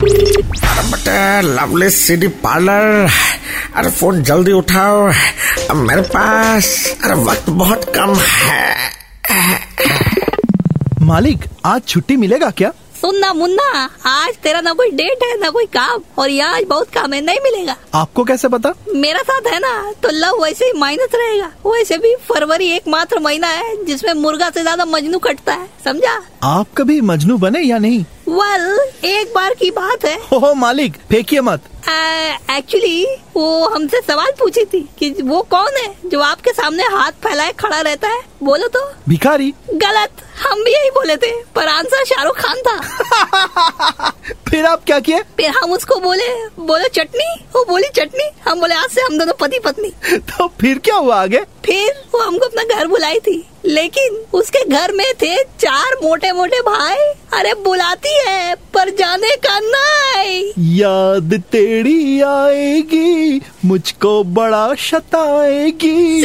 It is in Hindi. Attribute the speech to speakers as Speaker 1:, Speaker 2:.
Speaker 1: अरे बटे लवली सिटी पार्लर अरे फोन जल्दी उठाओ अब मेरे पास अरे वक्त बहुत कम है
Speaker 2: मालिक आज छुट्टी मिलेगा क्या
Speaker 3: सुनना मुन्ना आज तेरा ना कोई डेट है ना कोई काम और ये आज बहुत काम है नहीं मिलेगा
Speaker 2: आपको कैसे पता
Speaker 3: मेरा साथ है ना तो लव वैसे ही माइनस रहेगा वैसे भी फरवरी एकमात्र महीना है जिसमें मुर्गा से ज्यादा मजनू कटता है समझा
Speaker 2: आप कभी मजनू बने या नहीं
Speaker 3: वेल एक बार की बात है
Speaker 2: हो हो मालिक फेंकिए मत
Speaker 3: एक्चुअली वो हमसे सवाल पूछी थी कि वो कौन है जो आपके सामने हाथ फैलाए खड़ा रहता है बोलो तो
Speaker 2: भिखारी
Speaker 3: गलत हम भी यही बोले थे पर आंसर शाहरुख खान था
Speaker 2: फिर आप क्या किए
Speaker 3: फिर हम उसको बोले बोलो चटनी वो बोली चटनी हम बोले आज से हम दोनों पति पत्नी
Speaker 2: तो फिर क्या हुआ आगे
Speaker 3: फिर वो हमको अपना घर बुलाई थी लेकिन उसके घर में थे चार मोटे मोटे भाई अरे बुलाती है पर जाने का नहीं
Speaker 2: याद तेरी आएगी मुझको बड़ा शताएगी